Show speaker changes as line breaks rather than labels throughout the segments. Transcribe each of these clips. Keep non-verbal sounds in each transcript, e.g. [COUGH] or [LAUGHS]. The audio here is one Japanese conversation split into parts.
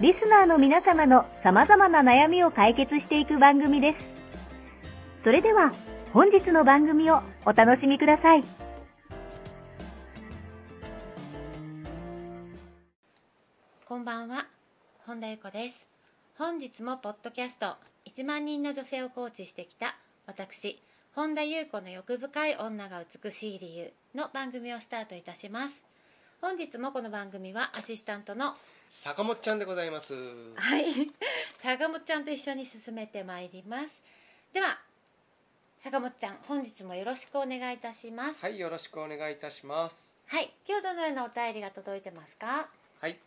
リスナーの皆様の様々な悩みを解決していく番組です。それでは、本日の番組をお楽しみください。
こんばんは、本田由子です。本日もポッドキャスト1万人の女性をコーチしてきた私、本田由子の欲深い女が美しい理由の番組をスタートいたします。本日もこの番組はアシスタントの
坂本ちゃんでございます。
はい、坂本ちゃんと一緒に進めてまいります。では、坂本ちゃん、本日もよろしくお願いいたします。
はい、よろしくお願いいたします。
はい、今日どのようなお便りが届いてますか。
はい、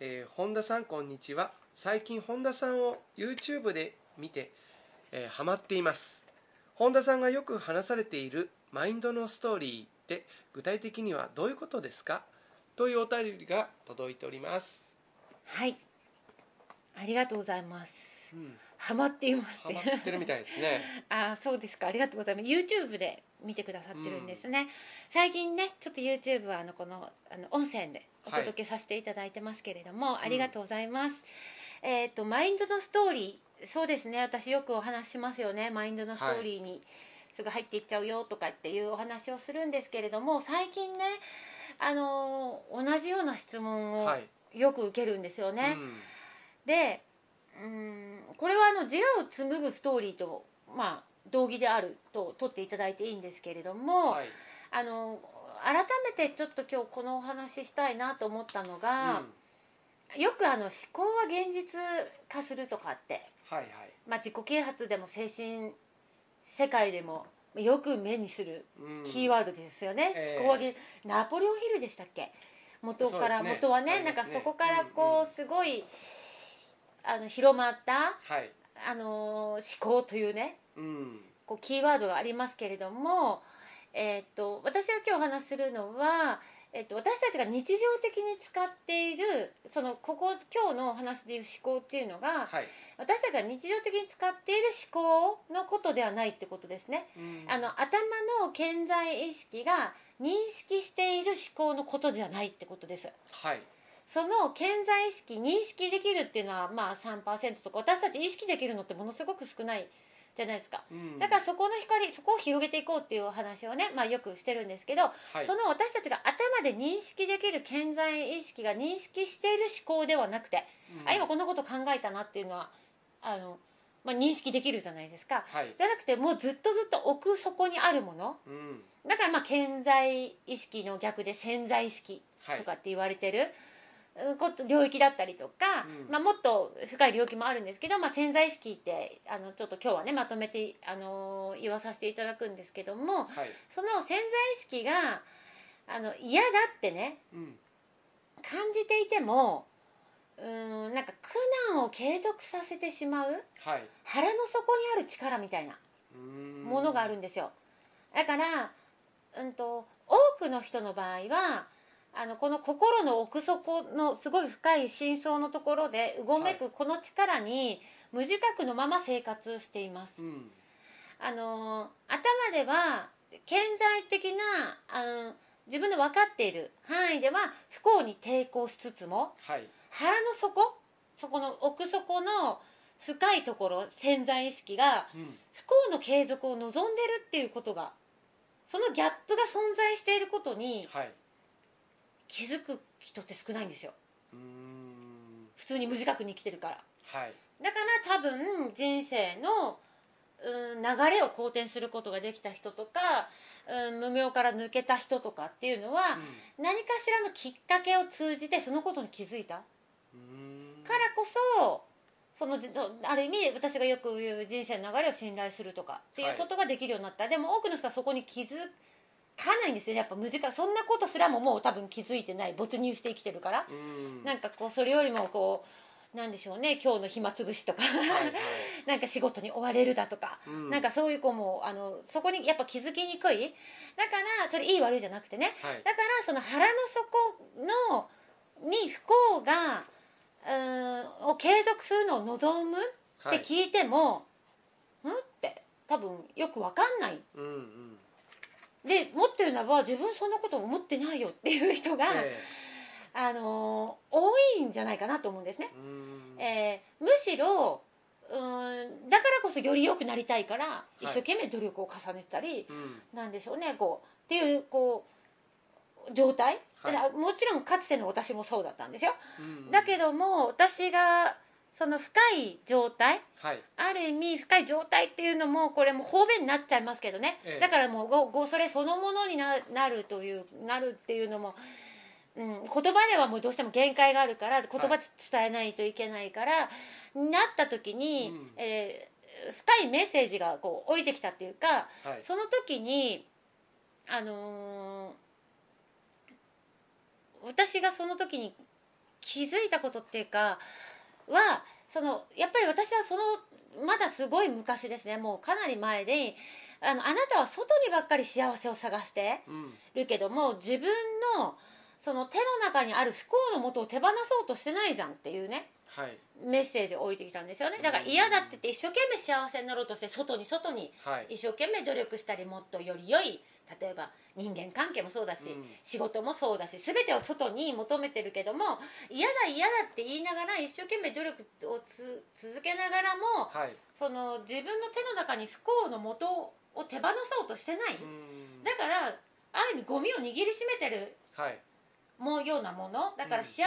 えー本田さんこんにちは。最近本田さんを YouTube で見て、えーハマっています。本田さんがよく話されているマインドのストーリーって具体的にはどういうことですかというお便りが届いております。
はい、ありがとうございます。
うん、
ハマっています
ハマってるみたいですね。
[LAUGHS] あーそうですかありがとうございます YouTube で見てくださってるんですね、最近ねちょっと YouTube はあのこのあの音声でお届けさせていただいてますけれども、ありがとうございます、えっ、とマインドのストーリーそうですね私よくお話ししますよねマインドのストーリーにすぐ入っていっちゃうよとかっていうお話をするんですけれども最近ねあのー同じような質問を
はい。
よく受けるんですよね、
うん
でうーんこれはあの自我を紡ぐストーリーと、まあ、同義であると取っていただいていいんですけれども、
はい。
あの改めてちょっと今日このお話ししたいなと思ったのが、
うん
よくあの思考は現実化するとかって、
はいはい。
まあ、自己啓発でも精神世界でもよく目にする
うん
キーワードですよね、
ええ
思考上げナポレオンヒルでしたっけ元から、
そうですね
元はね
あり
なん
ますね
かそこからこう、
うんうん
すごいあの広まった、
はい。
あのー思考というね
うん。
こうキーワードがありますけれども、えーっと私が今日お話しするのは、えーっと私たちが日常的に使っているそのここ今日のお話でいう思考っていうのが
はい。
私たちが日常的に使っている思考のことではないってことですね。
うん
あの頭の健在意識が認識している思考のことじゃないってことです
はい。
その健在意識認識できるっていうのはまあ3%とか私たち意識できるのってものすごく少ないじゃないですか
うん
だからそこの光そこを広げていこうっていうお話をね、まあ、よくしてるんですけど、
はい
そ。の私たちが頭で認識できる健在意識が認識している思考ではなくて、
うん
あ今こんなこと考えたなっていうのはあの、まあ、認識できるじゃないですか
はい。
じゃなくてもうずっとずっと奥底にあるもの
うん。
だからまあ潜在意識の逆で潜在意識
はい
と。かって言われてる、うんこと領域だったりとか、
うん
まあ、もっと深い領域もあるんですけど、まあ、潜在意識ってあのちょっと今日はねまとめて、あのー言わさせていただくんですけども
はい。
その潜在意識があの嫌だってね
うん。
感じていてもうんなんか苦難を継続させてしまう
はい。
腹の底にある力みたいなも
も
のがあるんですよ。だから、うん、と多くの人の場合はあのこの心の奥底のすごい深い深層のところでうごめくこの力に無自覚のまま生活しています。
うん
あのー頭では顕在的なあの自分の分かっている範囲では不幸に抵抗しつつも
はい
腹の底そこの奥底の深いところ潜在意識が
うん
不幸の継続を望んでるっていうことがそのギャップが存在していることに
はい
気づく人って少ないんですよ
うーん
普普通に無自覚に生きてるから
はい
だから多分人生の、うん、流れを好転することができた人とか、うん、無名から抜けた人とかっていうのは、何かしらのきっかけを通じてそのことに気づいた
うん
からこそそのじある意味私がよく言う人生の流れを信頼するとかっていうことができるようになった、でも多くの人はそこに気づかないんですよねやっぱ無自覚そんなことすらももう多分気づいてない没入して生きてるから、
うん
なんかこうそれよりもこうなんでしょうね今日の暇つぶしとか、
はいはい
[LAUGHS] なんか仕事に追われるだとか、[LAUGHS]
う
なんかそういう子もあのそこにやっぱ気づきにくいだからそれいい悪いじゃなくてね
はい
だからその腹の底のに不幸がうーんを継続するのを望むっ
は
て
い
聞いても、うんって多分よくわかんない
うんうん
でもっと言うならば自分そんなこと思ってないよっていう人が、
え
あのー多いんじゃないかなと思うんですね
え、うん
えーむしろうーんだからこそより良くなりたいから
い
一生懸命努力を重ねてたり、
うん
なんでしょうねこうっていうこう状態、
は
だか
い
らもちろんかつての私もそうだったんですよ、
うん
だけども私がその深い状態
はい
ある意味深い状態っていうのもこれもう方便になっちゃいますけどね、
ええ
だからもうごごそれそのものにななるというなるっていうのも、うん、言葉ではもうどうしても限界があるから言葉つ伝えないといけないから、なった時に、
うん
えー深いメッセージがこう降りてきたっていうか、
はい
その時にあのー私がその時に気づいたことっていうかはそのやっぱり私はそのまだすごい昔ですねもうかなり前であのあなたは外にばっかり幸せを探して
うん
るけども自分のその手の中にある不幸のもとを手放そうとしてないじゃんっていうね
はい
メッセージを置いてきたんですよねだから嫌だって言って一生懸命幸せになろうとして外に外に
はい
一生懸命努力したりもっとより良い例えば人間関係もそうだし、
うん
仕事もそうだし全てを外に求めてるけども嫌だ嫌だって言いながら一生懸命努力をつ続けながらも
はい
その自分の手の中に不幸の元を手放そうとしてない、
うん
だからある意味ゴミを握りしめてる
はい
もうようなものだから
うん
幸せ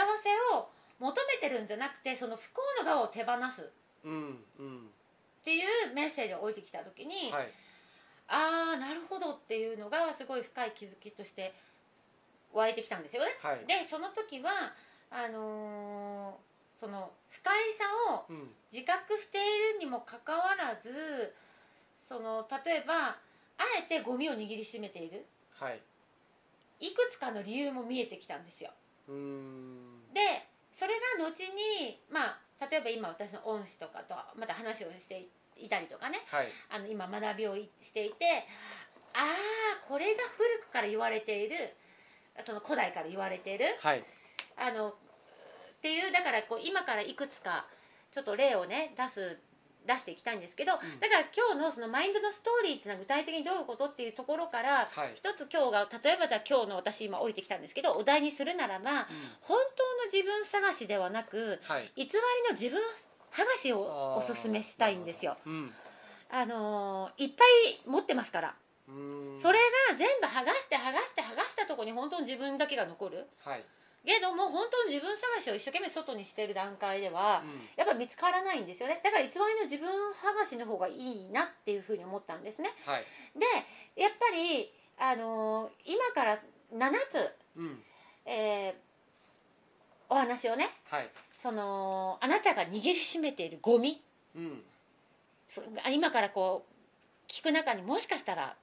を求めてるんじゃなくてその不幸の側を手放すっ
うんうん
ていうメッセージを置いてきた時に、
はい
ああなるほどっていうのがすごい深い気づきとして湧いてきたんですよね。
はい
でその時はあのーその不快さを
うん
自覚しているにもかかわらずその例えばあえてゴミを握りしめている
はい
いくつかの理由も見えてきたんですよ。
うん
でそれが後に、まあ、例えば今私の恩師とかとまた話をしていたりとかね
はい
あの今学びをしていてああこれが古くから言われているその古代から言われている
はい
あのっていうだからこう今からいくつかちょっと例をね出す出していきたいんですけど、
ん
だから今日のそのマインドのストーリーっていうのは具体的にどういうことっていうところから
はい
一つ今日が例えばじゃあ今日の私今降りてきたんですけどお題にするならば
うん
本当の自分探しではなく
はい
偽りの自分探しをおすすめしたいんですよ。
うん
あのーいっぱい持ってますから、
うん
それが全部剥がして剥がして剥がしたとこに本当に自分だけが残る
はい
けども本当に自分探しを一生懸命外にしてる段階では、
うん
やっぱ見つからないんですよねだから偽りの自分剥がしの方がいいなっていうふうに思ったんですね
はい
でやっぱり、あのー今から7
うん
つ、えーお話をね
はい
そのあなたが握りしめているゴミ
うん
そ今からこう聞く中にもしかしたら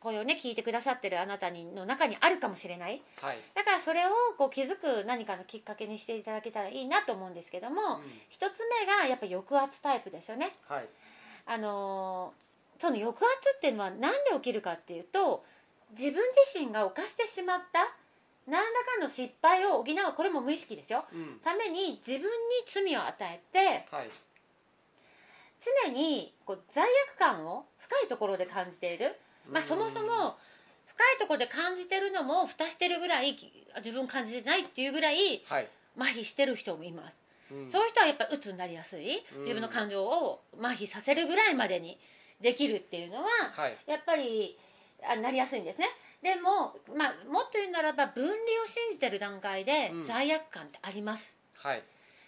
これをね聞いてくださってるあなたにの中にあるかもしれない
はい
だからそれをこう気づく何かのきっかけにしていただけたらいいなと思うんですけど
う
も
ん
一つ目がやっぱ抑圧タイプですよね。
はい
あのーその抑圧っていうのは何で起きるかっていうと自分自身が犯してしまった何らかの失敗を補うこれも無意識ですよ
うん
ために自分に罪を与えて
はい
常にこう罪悪感を深いところで感じている、まあ、
うん
そもそも深いところで感じてるのも蓋してるぐらいき自分感じてないっていうぐらい
はい
麻痺してる人もいます、
うん
そういう人はやっぱ鬱になりやすい
うん
自分の感情を麻痺させるぐらいまでにできるっていうのは
はい
やっぱりあなりやすいんですねでも、まあ、もっと言うならば分離を信じてる段階で
うん
罪悪感ってあります、
はい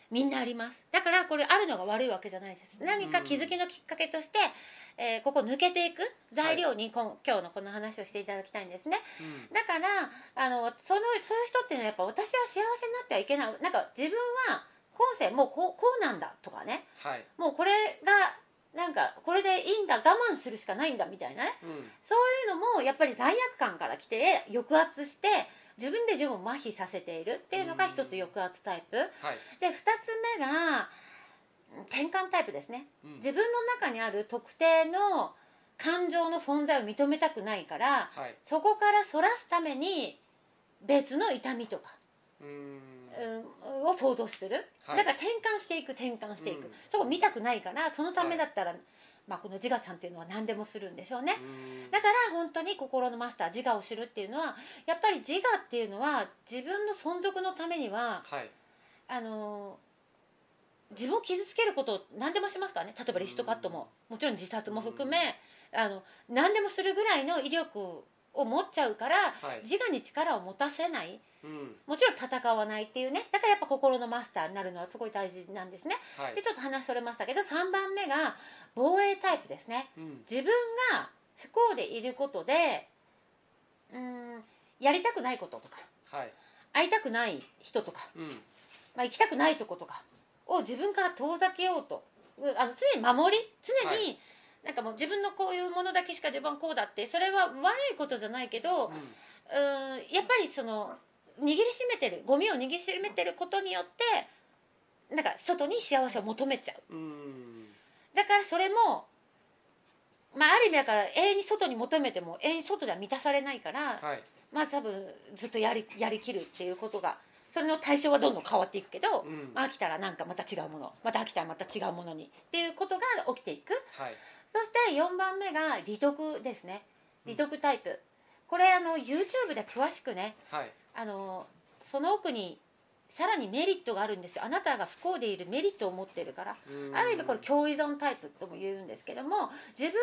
みんなありますだからこれあるのが悪いわけじゃないです何か気づきのきっかけとして、えーここ抜けていく材料にこん、今日のこの話をしていただきたいんですね
うん
だからあのそのそういう人っていうのはやっぱ私は幸せになってはいけないなんか自分は今世もうこうこうなんだとかね
はい
もうこれがなんかこれでいいんだ我慢するしかないんだみたいなね
うん
そういうのもやっぱり罪悪感から来て抑圧して自分で自分を麻痺させているっていうのが一つ抑圧タイプ
はい
で二つ目が転換タイプですね
うん
自分の中にある特定の感情の存在を認めたくないから
はい
そこからそらすために別の痛みとか、
うん
うん、を想像する、
はい
だから転換していく転換していく、
うん
そこ見たくないからそのためだったら、まあ、この自我ちゃんっていうのは何でもするんでしょうね、
うん
だから本当に心のマスター自我を知るっていうのはやっぱり自我っていうのは自分の存続のためには
はい
あのー自分を傷つけることを何でもしますからね例えばリストカットももちろん自殺も含めあの何でもするぐらいの威力を持っちゃうから
はい
自我に力を持たせない
うん
もちろん戦わないっていうねだからやっぱ心のマスターになるのはすごい大事なんですね
は
で
い
ちょっと話それましたけど3番目が防衛タイプですね
うん
自分が不幸でいることでうーんやりたくないこととか
はい
会いたくない人とか、
うん
まあ、行きたくないとことかを自分から遠ざけようとうあの常に守り常に、
は
なんかもう自分のこういうものだけしか自分はこうだってそれは悪いことじゃないけど、うー
うん
んやっぱりその握りしめてるゴミを握りしめてることによってなんか外に幸せを求めちゃう
うん
だからそれも、まあ、ある意味だから永遠に外に求めても永遠に外では満たされないから、
はい
まあ多分ずっとやりやりきるっていうことがそれの対象はどんどん変わっていくけど、
うん
まあ飽きたらなんかまた違うものまた飽きたらまた違うものにっていうことが起きていく
はい
そして4番目が利得ですね利得タイプ、これあの YouTube で詳しくね
はい
あのその奥にさらにメリットがあるんですよあなたが不幸でいるメリットを持ってるからある意味これ共依存タイプとも言うんですけども自分が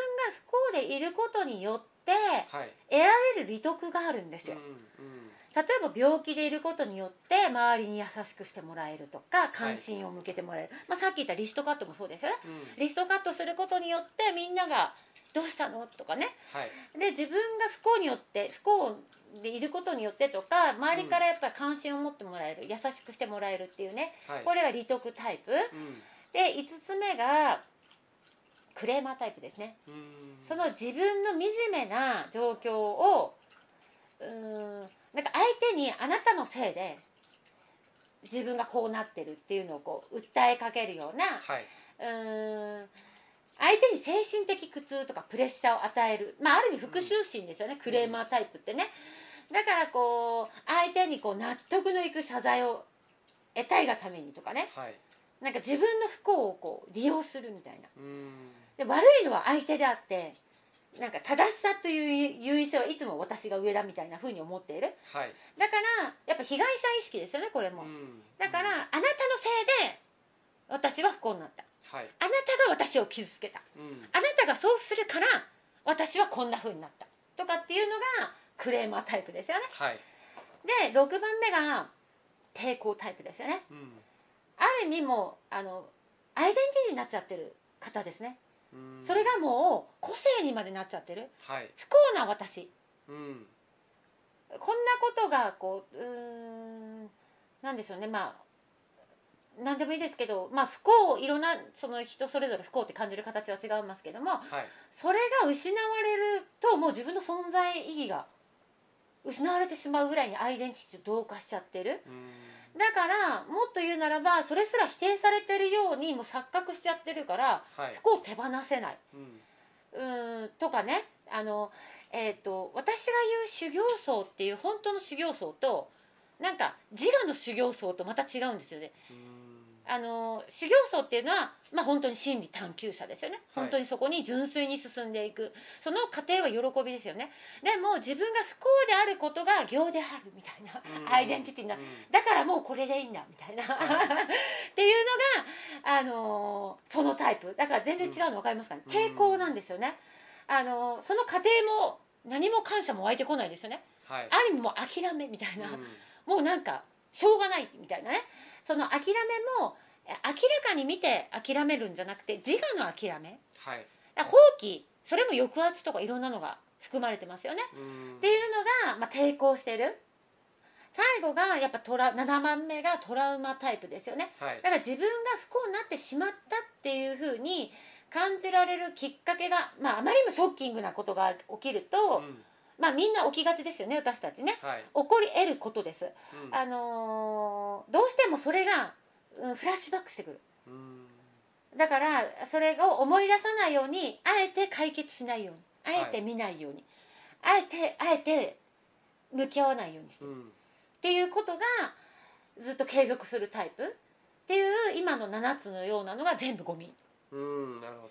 不幸でいることによって
はい
得られる利得があるんです
うん
よ
うん
例えば病気でいることによって周りに優しくしてもらえるとか関心を向けてもらえる、まあ、さっき言ったリストカットもそうですよね
うん
リストカットすることによってみんなが「どうしたの?」とかね
はい
で自分が不幸によって不幸でいることによってとか周りからやっぱり関心を持ってもらえる優しくしてもらえるっていうね
はい
これが利得タイプ、
うん
で5つ目がクレーマータイプですね
うん
その自分の惨めな状況をうーんなんか相手にあなたのせいで自分がこうなってるっていうのをこう訴えかけるような
はい、
うーん相手に精神的苦痛とかプレッシャーを与える、まあ、ある意味復讐心ですよね、クレーマータイプってねだからこう相手にこう納得のいく謝罪を得たいがためにとかね
はい、
なんか自分の不幸をこう利用するみたいな
うん、
で悪いのは相手であってなんか正しさという優位性はいつも私が上だみたいな風に思っている
はい、
だからやっぱ被害者意識ですよねこれも、
ん
だから、あ
うん
なたのせいで私は不幸になった
はい、
あなたが私を傷つけた
うん、
あなたがそうするから私はこんな風になったとかっていうのがクレーマータイプですよね
はい、
で6番目が抵抗タイプですよね
うん
ある意味もうあのアイデンティティになっちゃってる方ですね、
うん、
それがもう個性にまでなっちゃってる
はい、
不幸な私
うん、
こんなことがこううーんなんでしょうねまあ何でもいいですけど、まあ、不幸いろんなその人それぞれ不幸って感じる形は違いますけども
はい、
それが失われるともう自分の存在意義が失われてしまうぐらいにアイデンティティを同化しちゃってる
うん、
だからもっと言うならばそれすら否定されてるようにもう錯覚しちゃってるから
はい
不、幸を手放せない。
うん、
うーんとかねあの、えー、と私が言う修行僧っていう本当の修行僧となんか自我の修行僧とまた違うんですよね。
うん、
あの修行僧っていうのは、まあ、本当に真理探求者ですよね
はい
本当にそこに純粋に進んでいく、その過程は喜びですよねでも自分が不幸であることが行であるみたいな、アイデンティティな
うん
だからもうこれでいいんだみたいな、
はい
っていうのが、あのーそのタイプだから全然違うの分かりますかね、
うん
抵抗なんですよね、あのーその過程も何も感謝も湧いてこないですよね
はい、
ある意味もう諦めみたいな、
うん
もうなんかしょうがないみたいなねその諦めもらかに見て諦めるんじゃなくて自我の諦め
はい
だから放棄それも抑圧とかいろんなのが含まれてますよね
うん
っていうのが、まあ、抵抗してる最後がやっぱトラ7番目がトラウマタイプですよね
はい
だから自分が不幸になってしまったっていうふうに感じられるきっかけが、まあ、あまりにもショッキングなことが起きる
う
と、
ん
まあ、みんな起きがちですよね私たちね
はい
起こり得ることです、
うん
あのーどうしてもそれが、うん、フラッシュバックしてくる
うん
だからそれを思い出さないようにあえて解決しないようにあえて
はい
見ないように、あえてあえて向き合わないようにして
う
る、っ
ん
ていうことがずっと継続するタイプっていう今の7つのようなのが全部ゴミ
うんなるほど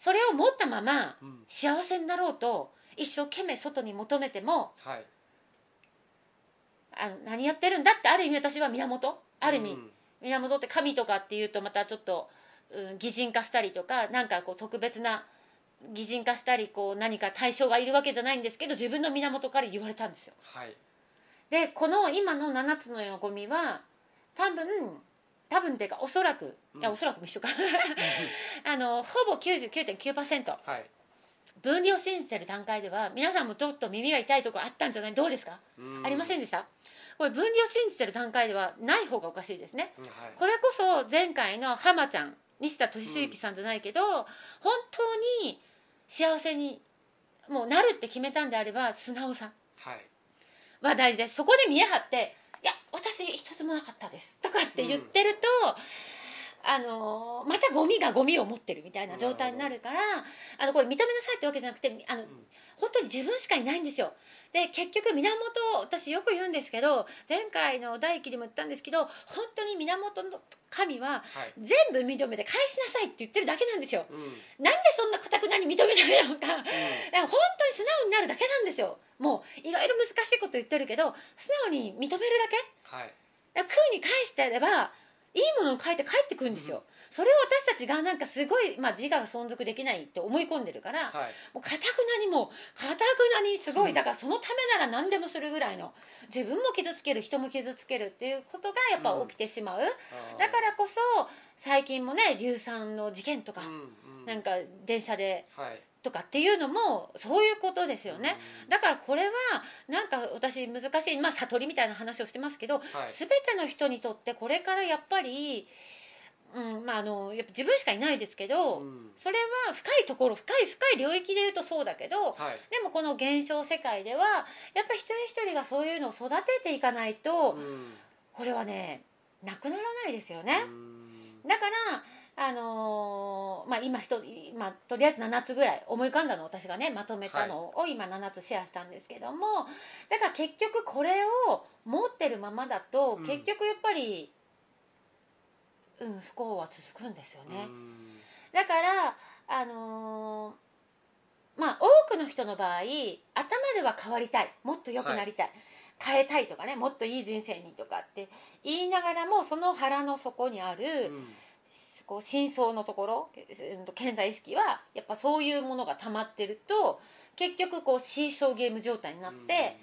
それを持ったまま
うん
幸せになろうと一生懸命外に求めても
はい
あの何やってるんだってある意味私は源ある意味、
うん
源って神とかっていうとまたちょっと、うん、擬人化したりとかなんかこう特別な擬人化したりこう何か対象がいるわけじゃないんですけど自分の源から言われたんですよ [LAUGHS]
はい
でこの今の7つのようなゴミは多分多分っていうかおそらくいや
うん
おそらくも一緒か [LAUGHS] あのほぼ99.9%
はい
分離を信じてる段階では皆さんもちょっと耳が痛いとこあったんじゃないどうですか、ありません
ね
でしたこれ分離を信じてる段階ではない方がおかしいですね
はい
これこそ前回の浜ちゃん西田敏行さんじゃないけど、本当に幸せにもうなるって決めたんであれば素直さ
はい
は大事ですそこで見え張って「いや私一つもなかったです」とかって言ってると、あのーまたゴミがゴミを持ってるみたいな状態になるからあのこれ認めなさいってわけじゃなくてあの
うん
本当に自分しかいないんですよで結局源私よく言うんですけど前回の第一期でも言ったんですけど本当に源の神は
はい
全部認めて返しなさいって言ってるだけなんですよ
うんうん
なんでそんなかたくなに認めないのか [LAUGHS] だから本当に素直になるだけなんですよもういろいろ難しいこと言ってるけど素直に認めるだ
はい
けだから空に返してやればいいものを書いて帰ってくるんですよ、
うん
それを私たちがなんかすごい、まあ、自我が存続できないって思い込んでるから、
はい
もうかたくなにもうかたくなにすご
う
い
ん
だからそのためなら何でもするぐらいの自分も傷つける人も傷つけるっていうことがやっぱ起きてしまう、
あー
だからこそ最近もね硫酸の事件とか、
うんうん
なんか電車で
はい
とかっていうのもそういうことですよね、
うん
だからこれはなんか私難しい、まあ、悟りみたいな話をしてますけど、
はい
全ての人にとってこれからやっぱり、うんまあ、あのやっぱ自分しかいないですけど、
うん
それは深いところ深い深い領域で言うとそうだけど
はい
でもこの現象世界ではやっぱり一人一人がそういうのを育てていかないと、
うん
これはねなくならないですよね
う。ん
だから、あのーまあ、今ひと、まあ、とりあえず7つぐらい思い浮かんだのを私がねまとめたのを今7つシェアしたんですけども、だから結局これを持ってるままだと
うん
結局やっぱり、うん不幸は続くんですよね。
うん
だから、あのーまあ、多くの人の場合頭では変わりたいもっと良くなりたい、変えたいとかねもっといい人生にとかって言いながらもその腹の底にある、
うん
こう真相のところうんと健在意識はやっぱそういうものが溜まってると結局こうシーソーゲーム状態になって、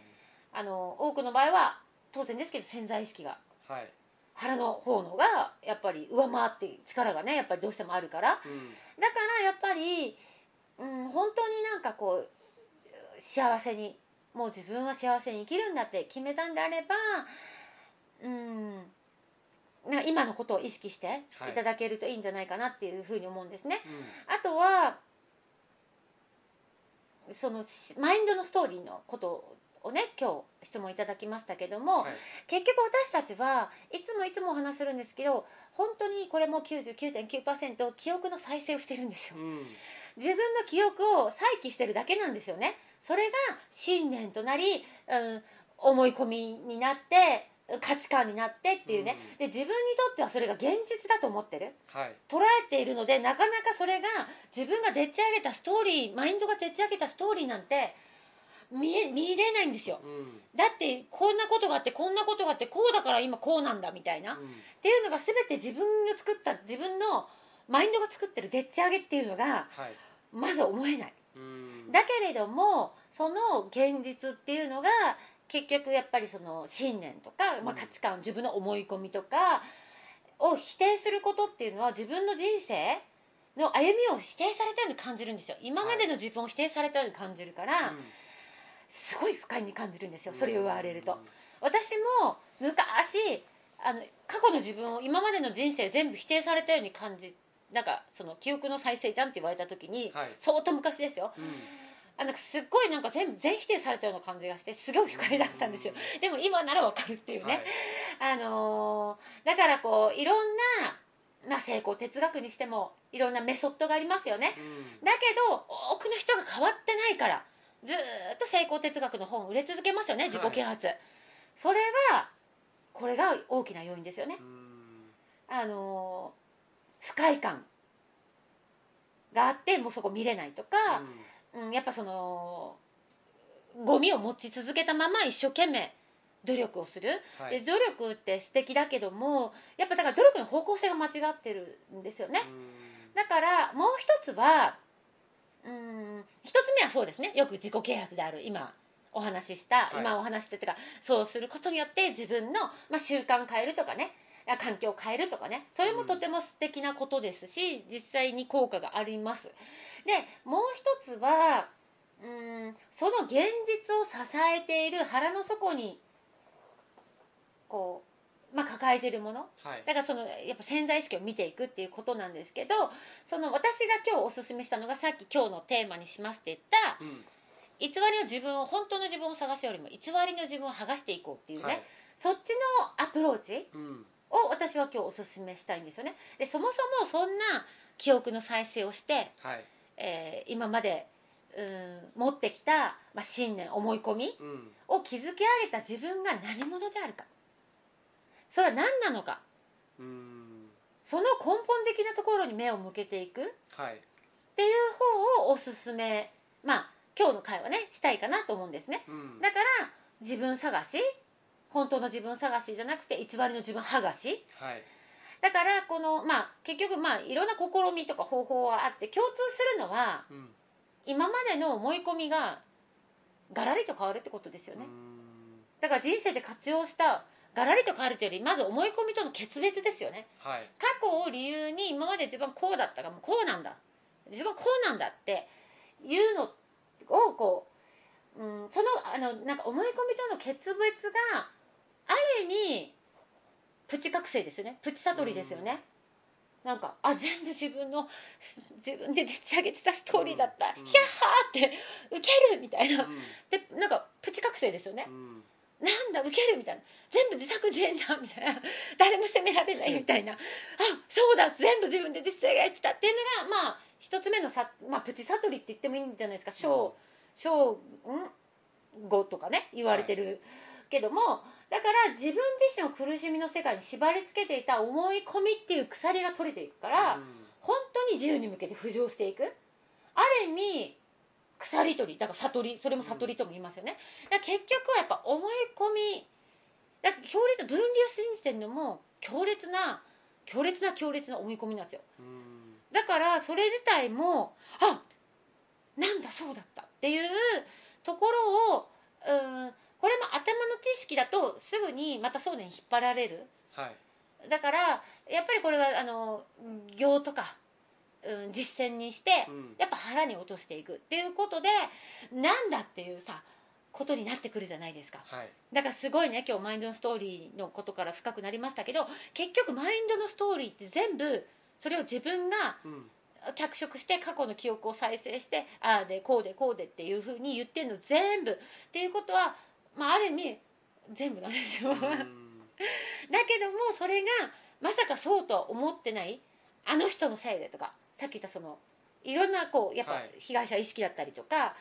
あの多くの場合は当然ですけど潜在意識が
うんはい
腹の方のがやっぱり上回って力がねやっぱりどうしてもあるからだか
うん
らやっぱり、うん、本当になんかこう幸せにもう自分は幸せに生きるんだって決めたんであればうんなんか今のことを意識していただけるといいんじゃないかなっていうふうに思うんですね。
うん
あとはそのしマインドのストーリーのことをね今日質問いただきましたけども、
はい
結局私たちはいつもいつもお話しするんですけど本当にこれも99.9%記憶の再生をしてるんですよ
うん
自分の記憶を再起してるだけなんですよねそれが信念となり、うん、思い込みになって価値観になってっていうね、
うん
で自分にとってはそれが現実だと思ってる
はい
捉えているのでなかなかそれが自分がでっち上げたストーリーマインドがでっち上げたストーリーなんて見え見れないんですよ
うん
だってこんなことがあってこんなことがあってこうだから今こうなんだみたいな、っ
うん
ていうのが全て自分の作った自分のマインドが作ってるでっち上げっていうのが
はい
まず思えない
うん
だけれどもその現実っていうのが結局やっぱりその信念とか、まあ、
うん
価値観自分の思い込みとかを否定することっていうのは自分の人生の歩みを否定されたように感じるんですよ今までの自分を否定されたように感じるから、すごい不快に感じるんですよそれを言われると、私も昔あの過去の自分を今までの人生全部否定されたように感じなんかその記憶の再生じゃんって言われた時に、
はい
相当昔ですよ
うんうん
あなんかすっごいなんか全部全否定されたような感じがしてすごい不快だったんですよ、でも今ならわかるっていうね、あのーだからこういろんな、まあ、成功哲学にしてもいろんなメソッドがありますよね
はいうん
だけど多くの人が変わってないからずーっと成功哲学の本を売れ続けますよね
はい
自己啓発、それはこれが大きな要因ですよね、
うん
あのー不快感があってもうそこ見れないとか、うんやっぱそのゴミを持ち続けたまま一生懸命努力をする、
は
で
い
努力って素敵だけどもやっぱだから努力の方向性が間違ってるんですよね、
うん
だからもう一つはうーん一つ目はそうですねよく自己啓発である今お話しした、
はい
今お話しててかそうすることによって自分の、まあ、習慣変えるとかねあ環境を変えるとかねそれもとても素敵なことですし、実際に効果がありますでもう一つはうーんその現実を支えている腹の底にこう、まあ、抱えているもの
はい
だからそのやっぱ潜在意識を見ていくっていうことなんですけどその私が今日おすすめしたのがさっき今日のテーマにしますって言った
うん
偽りの自分を本当の自分を探すよりも偽りの自分を剥がしていこうっていうね、
はい
そっちのアプローチ
うん
を私は今日おすすめしたいんですよね。でそもそもそんな記憶の再生をして、
はい
えー今までうん持ってきた、まあ、信念思い込み
うん
を築き上げた自分が何者であるかそれは何なのか
うん
その根本的なところに目を向けていくっ
はい
ていう方をおすすめまあ今日の会はねしたいかなと思うんですね
うん
だから自分探し本当の自分探しじゃなくて偽りの自分剥がし
はい
だからこのまあ結局まあいろんな試みとか方法はあって共通するのは
うん
今までの思い込みがガラリと変わるってことですよ
う
ね
ん
だから人生で活用したガラリと変わるというよりまず思い込みとの決別ですよね
はい
過去を理由に今まで自分はこうだったからもうこうなんだ自分はこうなんだっていうのをこう、うん、そのあのなんか思い込みとの決別がある意味プチ覚醒ですよねプチ悟りですよね、なんかあ全部自分の自分ででち上げてたストーリーだった、
うん
ヒャッハーってウケるみたいな、でなんかプチ覚醒ですよね
う、ん
なんだウケるみたいな全部自作自演じゃんみたいな [LAUGHS] 誰も責められないみたいなあそうだ全部自分で実践がやってたっていうのがまあ一つ目のさ、まあ、プチ悟りって言ってもいいんじゃないですか小小ん語とかね言われてる、けどもだから自分自身を苦しみの世界に縛り付けていた思い込みっていう鎖が取れていくから、
うん
本当に自由に向けて浮上していくある意味鎖取りだから悟りそれも悟りとも言いますよね、だから結局はやっぱ思い込みだから強烈分離を信じてるのも強烈な強烈な強烈な思い込みなんですよ
うん
だからそれ自体もあなんだそうだったっていうところをうんこれも頭の知識だとすぐにまたそうねに引っ張られる
はい
だからやっぱりこれはあの行とか、うん、実践にして
うん
やっぱ腹に落としていくっていうことでなんだっていうさことになってくるじゃないですか
はい
だからすごいね今日マインドのストーリーのことから深くなりましたけど結局マインドのストーリーって全部それを自分が
うん
脚色して過去の記憶を再生してああでこうでこうでっていうふうに言ってるの全部っていうことは、まあ、ある意味全部なんですよ。
うん
だけどもそれがまさかそうとは思ってないあの人のせいでとかさっき言ったそのいろんなこうやっぱ
はい
被害者意識だったりとか、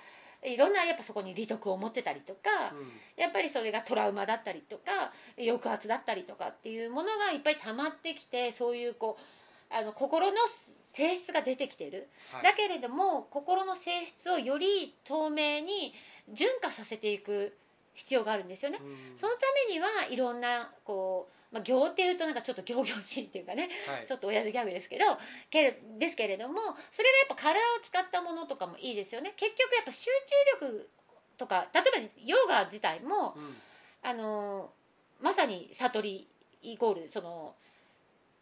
い、ろんなやっぱそこに利得を持ってたりとか、
うん
やっぱりそれがトラウマだったりとか抑圧だったりとかっていうものがいっぱい溜まってきてそういうこうあの心の性質が出てきてる、
はい
だけれども心の性質をより透明に純化させていく必要があるんですよね。
うん
そのためにはいろんなこう、まあ、行っていうとなんかちょっと行々しいっていうかね
はい
ちょっと親父ギャグですけどけれですけれどもそれがやっぱ殻を使ったものとかもいいですよね結局やっぱ集中力とか例えばヨガ自体も
うん
あのまさに悟りイコールその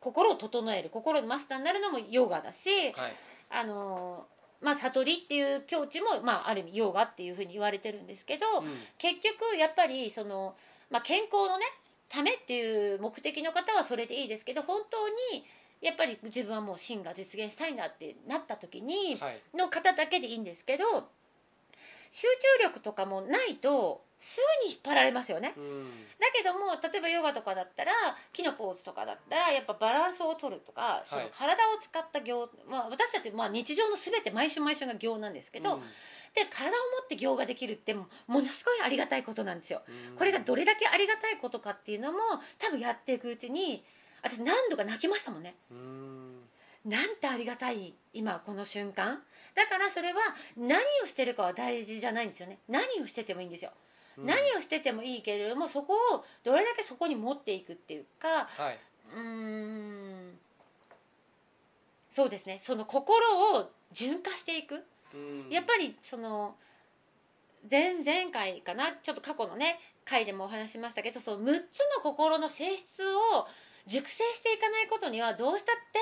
心を整える心のマスターになるのもヨガだし、
はい
あのまあ、悟りっていう境地も、まあ、ある意味ヨガっていうふうに言われてるんですけど、
うん
結局やっぱりその、まあ、健康のねためっていう目的の方はそれでいいですけど本当にやっぱり自分はもう真が実現したいなってなった時に
はい
の方だけでいいんですけど集中力とかもないとすぐに引っ張られますよね。
うん
だけども例えばヨガとかだったら木のポーズとかだったらやっぱバランスを取るとか、その体を使った行、まあ、私たち、まあ、日常の全て毎週毎週が行なんですけど、
うん
で体を持って行ができるってもものすごいありがたいことなんですよ。これがど
れ
れだけありがたいことかっていうのも多分やっていくうちに私何度か泣きましたもんね。
うん
なんてありがたい今この瞬間だからそれは何をしてるかは大事じゃないんですよね何をしててもいいんですよ、
うん
何をしててもいいけれどもそこをどれだけそこに持っていくっていうか
はい、
うーんそうですねその心を純化していく
うん
やっぱりその前々回かなちょっと過去のね回でもお話ししましたけどその6つの心の性質を熟成していかないことにはどうしたって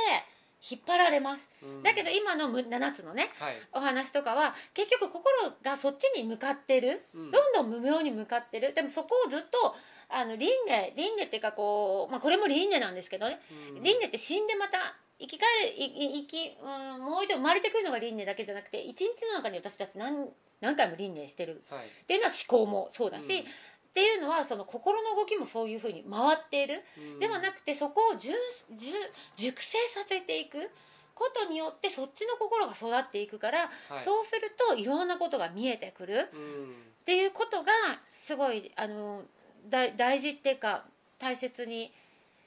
引っ張られます
うん
だけど今のむ7つのね
はい、
お話とかは結局心がそっちに向かってる
うん
どんどん無明に向かってるでもそこをずっとあの輪廻輪廻っていうかこう、まあ、これも輪廻なんですけどね
うん
輪廻って死んでまた生き返るいい生き、うん、もう一度生まれてくるのが輪廻だけじゃなくて一日の中に私たち何何回も輪廻してる
はい
っていうのは思考もそうだし、っていうのはその心の動きもそういうふうに回っている、
うんうん
ではなくてそこを純純熟成させていくことによってそっちの心が育っていくから、
はい
そうするといろんなことが見えてくる
うん
っていうことがすごいあのだ大事っていうか大切に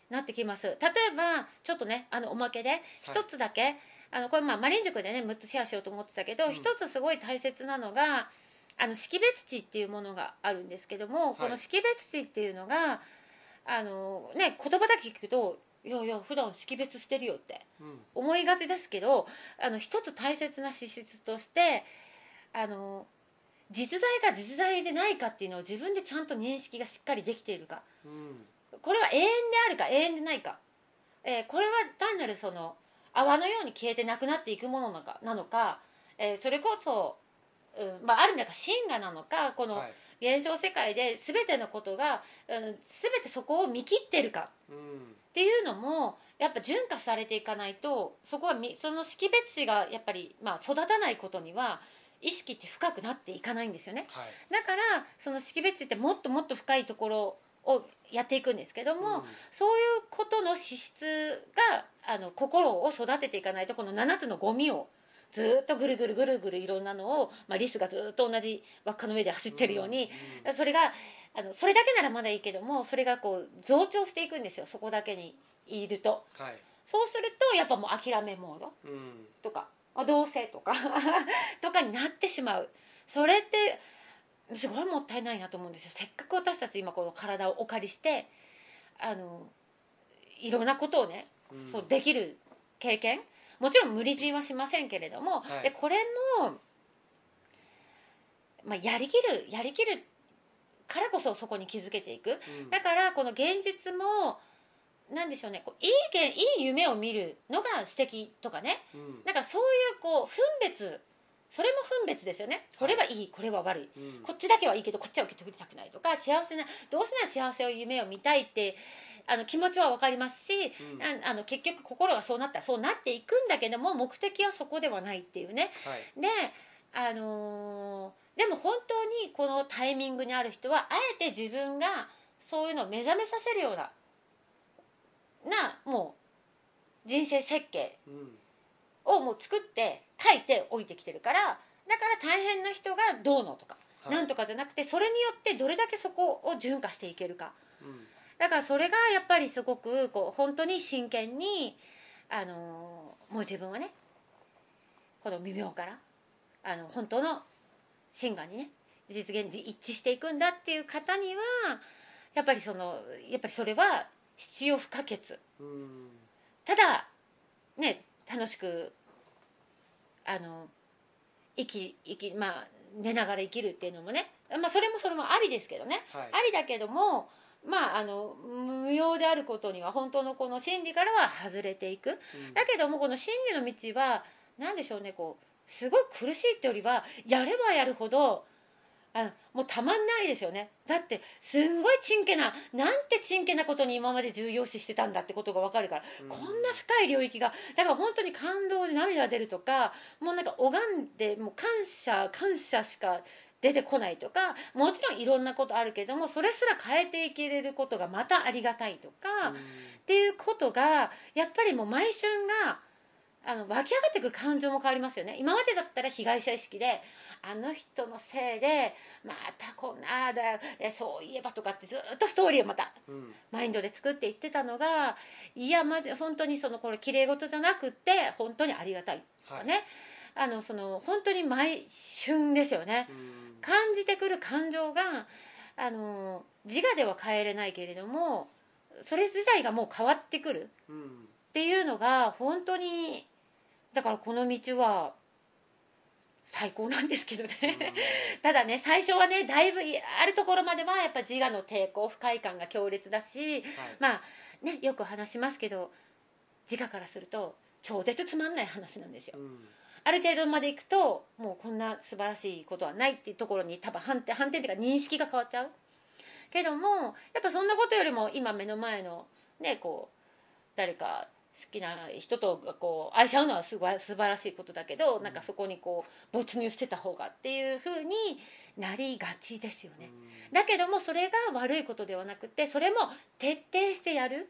なってきます例えばちょっとねあのおまけで一
はい
つだけ、あのこれまあマリン塾でね6つシェアしようと思ってたけど
うん
一、つすごい大切なのがあの識別値っていうものがあるんですけども、
い
この識別値っていうのがあのね言葉だけ聞くと「いやいや普段識別してるよ」って
うん
思いがちですけどあの一つ大切な資質としてあの実在が実在でないかっていうのを自分でちゃんと認識がしっかりできているか
うん
これは永遠であるか永遠でないか、えーこれは単なるその泡のように消えてなくなっていくものなのかなのか、えーそれこそ、うんまあ、ある意味なんか真我なのかこの
はい
現象世界で全てのことが、うん、全てそこを見切ってるか
うん
っていうのもやっぱ純化されていかないとそこはみその識別値がやっぱり、まあ、育たないことには意識って深くなっていかないんですよね
はい
だからその識別値ってもっともっと深いところをやっていくんですけども、
ん
そういうことの資質があの心を育てていかないとこの7つのゴミをずーっとぐるぐるぐるぐるいろんなのを、まあ、リスがずーっと同じ輪っかの上で走ってるように、
うん
それがあのそれだけならまだいいけどもそれがこう増長していくんですよそこだけにいると
はい
そうするとやっぱもう諦めモード
うん
とかあどうせとか [LAUGHS] とかになってしまうそれってすごいもったいないなと思うんですよせっかく私たち今この体をお借りしてあのいろんなことをね、
うん
そうできる経験もちろん無理強いはしませんけれども、
はい
でこれも、まあ、やりきるやりきるからこそそこに気づけていく
うん
だからこの現実もなんでしょうねこういい現いい夢を見るのが素敵とかね
うん
なんかそういうこう分別それも分別ですよねこれはいいこれは悪い
うん
こっちだけはいいけどこっちは受け取りたくないとか幸せなどうせなら幸せを夢を見たいってあの気持ちは分かりますし
うんは
ああの結局心がそうなったらそうなっていくんだけども目的はそこではないっていうね
い
であのーでも本当にこのタイミングにある人はあえて自分がそういうのを目覚めさせるようななもう人生設計
うん
をもう作って書いて降りてきてるからだから大変な人がどうのとか、
はい
なんとかじゃなくてそれによってどれだけそこを純化していけるか
うん
だからそれがやっぱりすごくこう本当に真剣に、あのーもう自分はねこの微妙からあの本当の真がにね実現に一致していくんだっていう方にはやっぱりそのやっぱりそれは必要不可欠
うん
ただね楽しくあの生き生きまあ寝ながら生きるっていうのもねまあそれもそれもありですけどね、
はい
ありだけどもまあ、あの無用であることには本当のこの真理からは外れていくだけどもこの真理の道は何でしょうねこうすごい苦しいってよりはやればやるほどあのもうたまんないですよねだってすんごいちんけななんてちんけなことに今まで重要視してたんだってことがわかるから、こんな深い領域がだから本当に感動で涙が出るとかもうなんか拝んでもう感謝感謝しか出てこないとかもちろんいろんなことあるけどもそれすら変えていけれることがまたありがたいとか、っていうことがやっぱりもう毎春があの湧き上がってくる感情も変わりますよね今までだったら被害者意識であの人のせいでまたこんなああだえそういえばとかってずっとストーリーをまた
うんうん
マインドで作っていってたのがいやまず本当にそのこれ綺麗事じゃなくって本当にありがたいと
は
か
い、
ね、あのその本当に毎春ですよね
うん
感じてくる感情があの自我では変えれないけれどもそれ自体がもう変わってくる
うん
っていうのが本当にだからこの道は最高なんですけ [LAUGHS] どね、 [LAUGHS] ただね最初はねだいぶあるところまではやっぱ自我の抵抗不快感が強烈だし
はい
まあねよく話しますけど自我からすると超絶つまんない話なんですよ
うん
ある程度までいくともうこんな素晴らしいことはないっていうところに多分反転反転っていうか認識が変わっちゃうけどもやっぱそんなことよりも今目の前のねこう誰か好きな人とこう愛し合うのはすごい素晴らしいことだけど、
うん
なんかそこにこう没入してた方がっていう風になりがちですよね。
うん
だけどもそれが悪いことではなくてそれも徹底してやる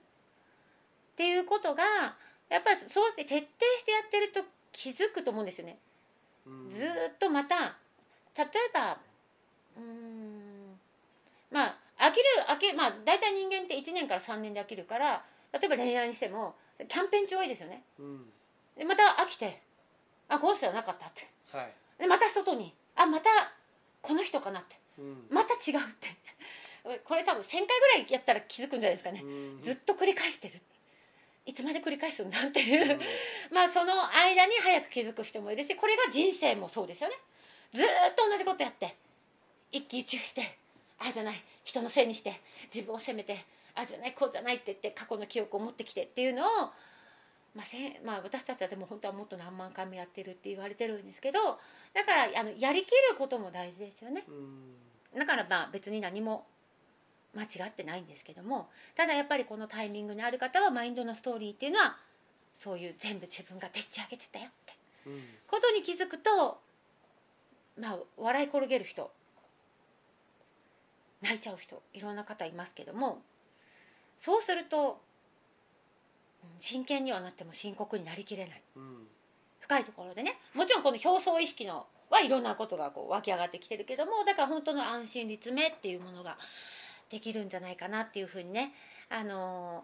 っていうことがやっぱりそうして徹底してやってると気づくと思うんですよね。
うん
ずーっとまた例えばうーんまあ飽きる飽きまあ大体人間って1年から3年で飽きるから例えば恋愛にしてもキャンペーン中多いですよね。
うん
でまた飽きてあこうしたらなかったって
はい
でまた外にあまたこの人かなって。
うん
また違うってこれ多分1000回ぐらいやったら気づくんじゃないですかね、
うん
ずっと繰り返してるいつまで繰り返すんだっていうう、
ん
[LAUGHS] まあその間に早く気づく人もいるしこれが人生もそうですよねずーっと同じことやって一喜一憂してああじゃない人のせいにして自分を責めてああじゃないこうじゃないって言って過去の記憶を持ってきてっていうのを、まあせんまあ、私たちはでも本当はもっと何万回もやってるって言われてるんですけどだからあのやりきることも大事ですよね
うん
だからまあ別に何も間違ってないんですけどもただやっぱりこのタイミングにある方はマインドのストーリーっていうのはそういう全部自分がでっち上げてたよって
うん
ことに気づくとまあ笑い転げる人泣いちゃう人いろんな方いますけどもそうするとうん真剣にはなっても深刻になりきれない。
うん
深いところでねもちろんこの表層意識のはいろんなことがこう湧き上がってきてるけどもだから本当の安心立命っていうものができるんじゃないかなっていうふうにね、あの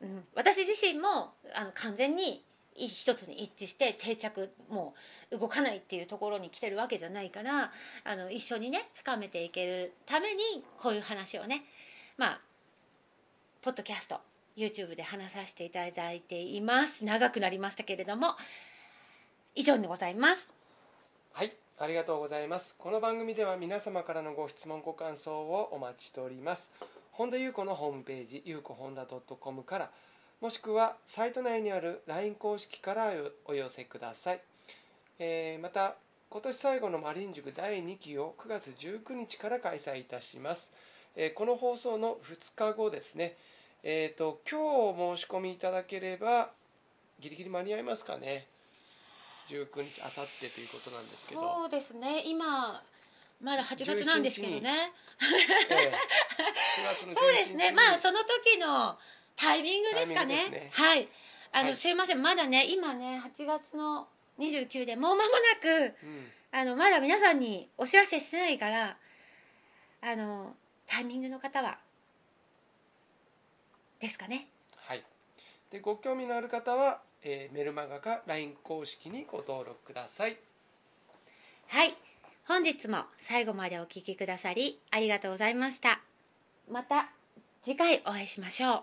ーうん、私自身もあの完全にい一つに一致して定着もう動かないっていうところに来てるわけじゃないからあの一緒にね深めていけるためにこういう話をねまあポッドキャスト YouTube で話させていただいています長くなりましたけれども以上でございます。
はい、ありがとうございます。この番組では皆様からのご質問、ご感想をお待ちしております。本田裕子のホームページ、ゆうこ本田 .com から、もしくはサイト内にある LINE 公式からお寄せください。えーまた、今年最後のマリン塾第2期を9月19日から開催いたします。えーこの放送の2日後ですね、えー、と今日お申し込みいただければ、ギリギリ間に合いますかね。19日、あさってということなんですけど。
そうですね。今まだ8月なんですけど
11
ね。
ええ9月の11日に
そうですね。まあその時のタイミングですか
タイミン
ね。
グですね
はい。あの、
はい
すいません。まだね今ね8月の29でもう間もなく
うん
あのまだ皆さんにお知らせしてないからあのタイミングの方はですかね。
はい。で、ご興味のある方は、えーメルマガか LINE 公式にご登録ください。
はい。本日も最後までお聞きくださりありがとうございました。また次回お会いしましょう。